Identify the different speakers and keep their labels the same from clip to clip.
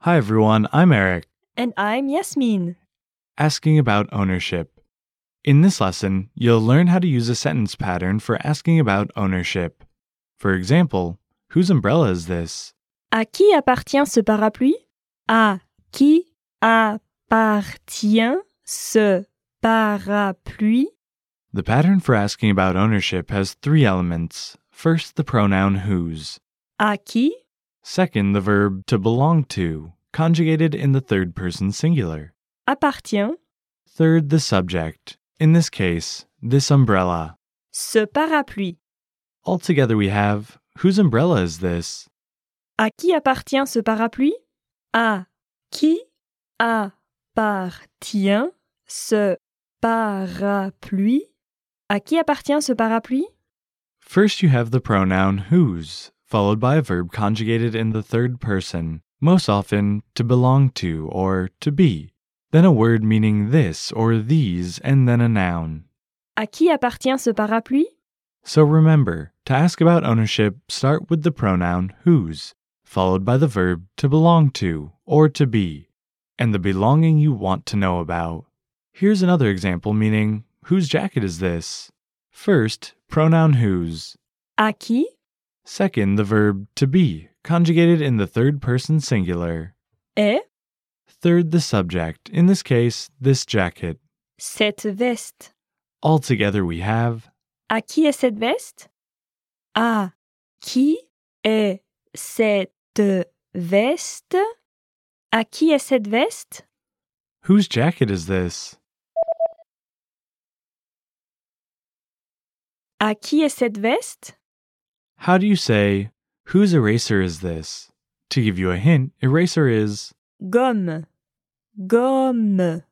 Speaker 1: Hi, everyone. I'm Eric,
Speaker 2: And I'm Yasmin.
Speaker 1: asking about ownership. In this lesson, you'll learn how to use a sentence pattern for asking about ownership. For example, whose umbrella is this?
Speaker 2: À qui appartient ce parapluie À qui appartient ce parapluie
Speaker 1: The pattern for asking about ownership has three elements. First, the pronoun whose.
Speaker 2: À qui
Speaker 1: Second, the verb to belong to, conjugated in the third person singular.
Speaker 2: appartient
Speaker 1: Third, the subject. In this case, this umbrella.
Speaker 2: ce parapluie
Speaker 1: Altogether, we have whose umbrella is this?
Speaker 2: À qui appartient ce parapluie À qui appartient ce parapluie À qui appartient ce parapluie
Speaker 1: First, you have the pronoun whose, followed by a verb conjugated in the third person, most often to belong to or to be, then a word meaning this or these, and then a noun.
Speaker 2: À qui appartient ce parapluie
Speaker 1: So remember, to ask about ownership, start with the pronoun whose, followed by the verb to belong to or to be, and the belonging you want to know about. Here's another example meaning whose jacket is this? First, pronoun whose.
Speaker 2: À qui
Speaker 1: Second, the verb to be, conjugated in the third person singular.
Speaker 2: est
Speaker 1: Third, the subject, in this case, this jacket.
Speaker 2: cette veste
Speaker 1: Altogether, we have
Speaker 2: À qui est cette veste À qui est cette veste À qui est cette veste
Speaker 1: whose jacket is this?
Speaker 2: À qui est cette veste
Speaker 1: How do you say, whose eraser is this? To give you a hint, eraser is,
Speaker 2: Gomme. Gomme.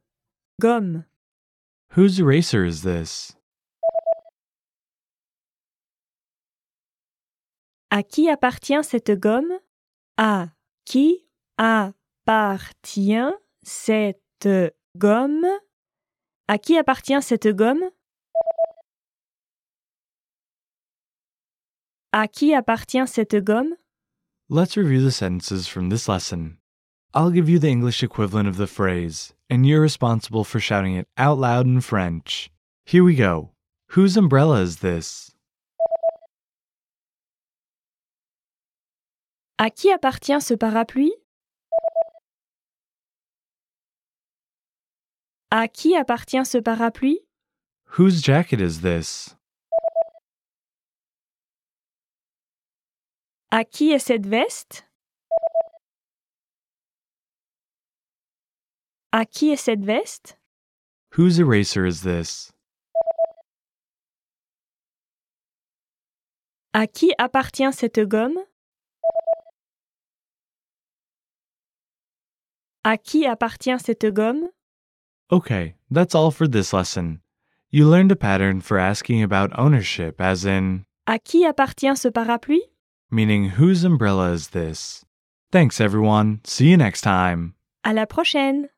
Speaker 2: Gomme.
Speaker 1: whose eraser is this?
Speaker 2: À qui appartient cette gomme À qui appartient cette gomme À qui appartient cette gomme À qui appartient cette gomme
Speaker 1: Let's review the sentences from this lesson. I'll give you the English equivalent of the phrase, and you're responsible for shouting it out loud in French. Here we go. Whose umbrella is this?
Speaker 2: À qui appartient ce parapluie À qui appartient ce parapluie
Speaker 1: Whose jacket is this?
Speaker 2: À qui est cette veste À qui est cette veste
Speaker 1: Whose eraser is this?
Speaker 2: À qui appartient cette gomme À qui appartient cette gomme
Speaker 1: Okay, that's all for this lesson. You learned a pattern for asking about ownership, as in,
Speaker 2: À qui appartient ce parapluie
Speaker 1: meaning whose umbrella is this? Thanks, everyone. See you next time.
Speaker 2: À la prochaine